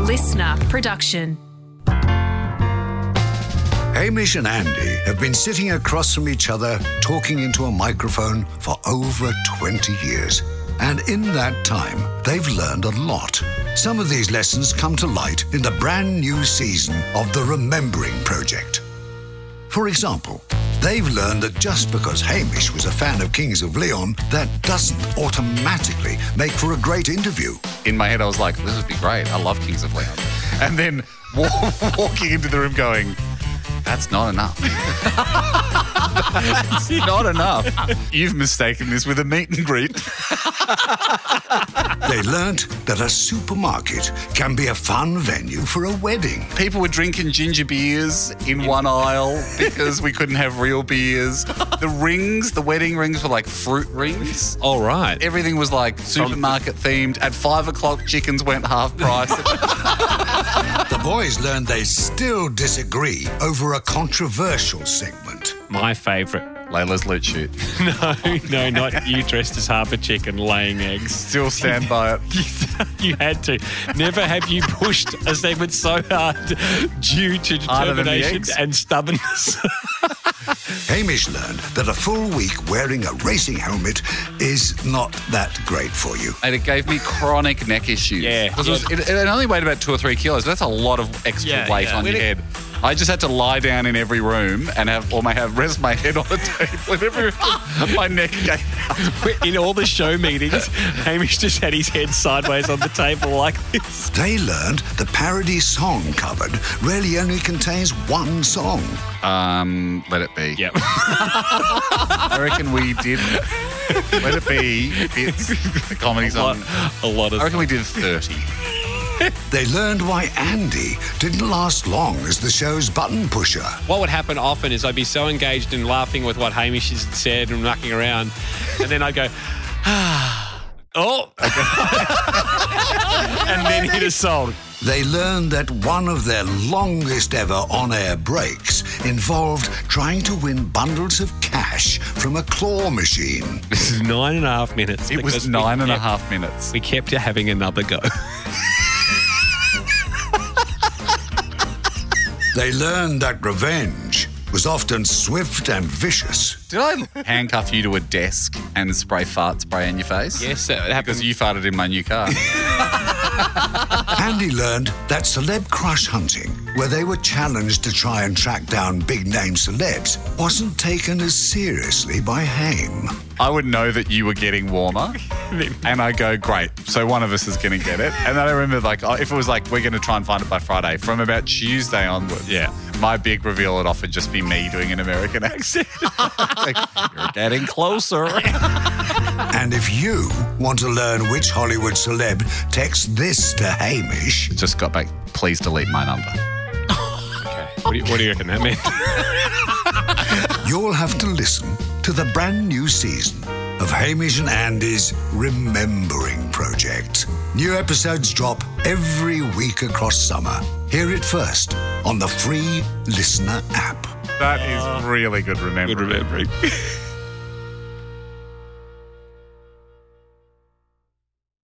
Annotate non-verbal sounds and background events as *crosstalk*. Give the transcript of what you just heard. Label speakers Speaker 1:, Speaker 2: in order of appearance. Speaker 1: listener production.
Speaker 2: Hamish and Andy have been sitting across from each other talking into a microphone for over 20 years. And in that time, they've learned a lot. Some of these lessons come to light in the brand new season of The Remembering Project. For example, they've learned that just because Hamish was a fan of Kings of Leon, that doesn't automatically make for a great interview.
Speaker 3: in my head, I was like, this would be great. I love Kings of Leon. And then *laughs* wa- walking into the room going, that's not enough. *laughs* that's not enough. You've mistaken this with a meet and greet.
Speaker 2: They learnt that a supermarket can be a fun venue for a wedding.
Speaker 3: People were drinking ginger beers in one aisle because we couldn't have real beers. The rings, the wedding rings were like fruit rings.
Speaker 4: All right.
Speaker 3: Everything was like supermarket themed. At five o'clock, chickens went half price. *laughs*
Speaker 2: The boys learned they still disagree over a controversial segment.
Speaker 4: My favourite.
Speaker 3: Layla's loot shoot.
Speaker 4: *laughs* No, no, not you dressed as half a chicken laying eggs. *laughs*
Speaker 3: Still stand by it.
Speaker 4: you had to. Never have you pushed a segment so hard due to
Speaker 3: Harder than the
Speaker 4: determination
Speaker 3: eggs?
Speaker 4: and stubbornness. *laughs*
Speaker 2: Hamish learned that a full week wearing a racing helmet is not that great for you.
Speaker 3: and it gave me chronic neck issues.
Speaker 4: Yeah.
Speaker 3: 'Cause It, was, it, it only weighed about two or three kilos. That's a lot of extra
Speaker 4: Yeah,
Speaker 3: weight
Speaker 4: yeah.
Speaker 3: on
Speaker 4: When
Speaker 3: your
Speaker 4: it-
Speaker 3: head. I just had to lie down in every room and have all my have rest my head on the *laughs* table. in every room. my neck gave out.
Speaker 4: In all the show meetings, Hamish just had his head sideways on the table like this.
Speaker 2: They learned the parody song covered really only contains one song.
Speaker 3: Um, let it be.
Speaker 4: Yep.
Speaker 3: I reckon we did. Let it be. It's a comedy
Speaker 4: a lot,
Speaker 3: song.
Speaker 4: *laughs* a lot
Speaker 3: I
Speaker 4: of.
Speaker 3: reckon we did thirty.
Speaker 2: They learned why Andy didn't last long as the show's button pusher.
Speaker 4: What would happen often is I'd be so engaged in laughing with what Hamish has said and mucking around, and then I'd go, oh, *laughs* and then hit a song.
Speaker 2: They learned that one of their longest ever on air breaks involved trying to win bundles of cash from a claw machine.
Speaker 4: This is nine and a half minutes.
Speaker 3: It was
Speaker 4: because
Speaker 3: nine
Speaker 4: we
Speaker 3: and a
Speaker 4: kept-
Speaker 3: half minutes.
Speaker 4: We kept having another go.
Speaker 2: They learned that revenge was often swift and vicious.
Speaker 3: Did I handcuff you to a desk and spray fart spray in your face?
Speaker 4: yes, that happens.
Speaker 3: Because you farted in my new car.
Speaker 2: Andy learned that celeb crush hunting, where they were challenged to try and track down big name celebs, wasn't taken as seriously by Haim.
Speaker 3: I would know that you were getting *laughs* warmer. And I go, great. So one of us is going to get it. And then I remember, like, oh, if it was like, we're going to try and find it by Friday, from about Tuesday onwards,
Speaker 4: Yeah.
Speaker 3: my big reveal would often just be me doing an American accent. Like, You're getting
Speaker 4: *laughs*
Speaker 3: closer.
Speaker 2: And if you want to learn which Hollywood celeb, text this to Hamish.
Speaker 3: just got back, please delete my number.
Speaker 4: What do you, what do you reckon that meant?
Speaker 2: You'll have to listen to the brand new season of Hamish and Andy's Remembering Project. New episodes drop every week across summer. Hear it first on the free listener app.
Speaker 3: That is really good remembering.
Speaker 4: Good remembering.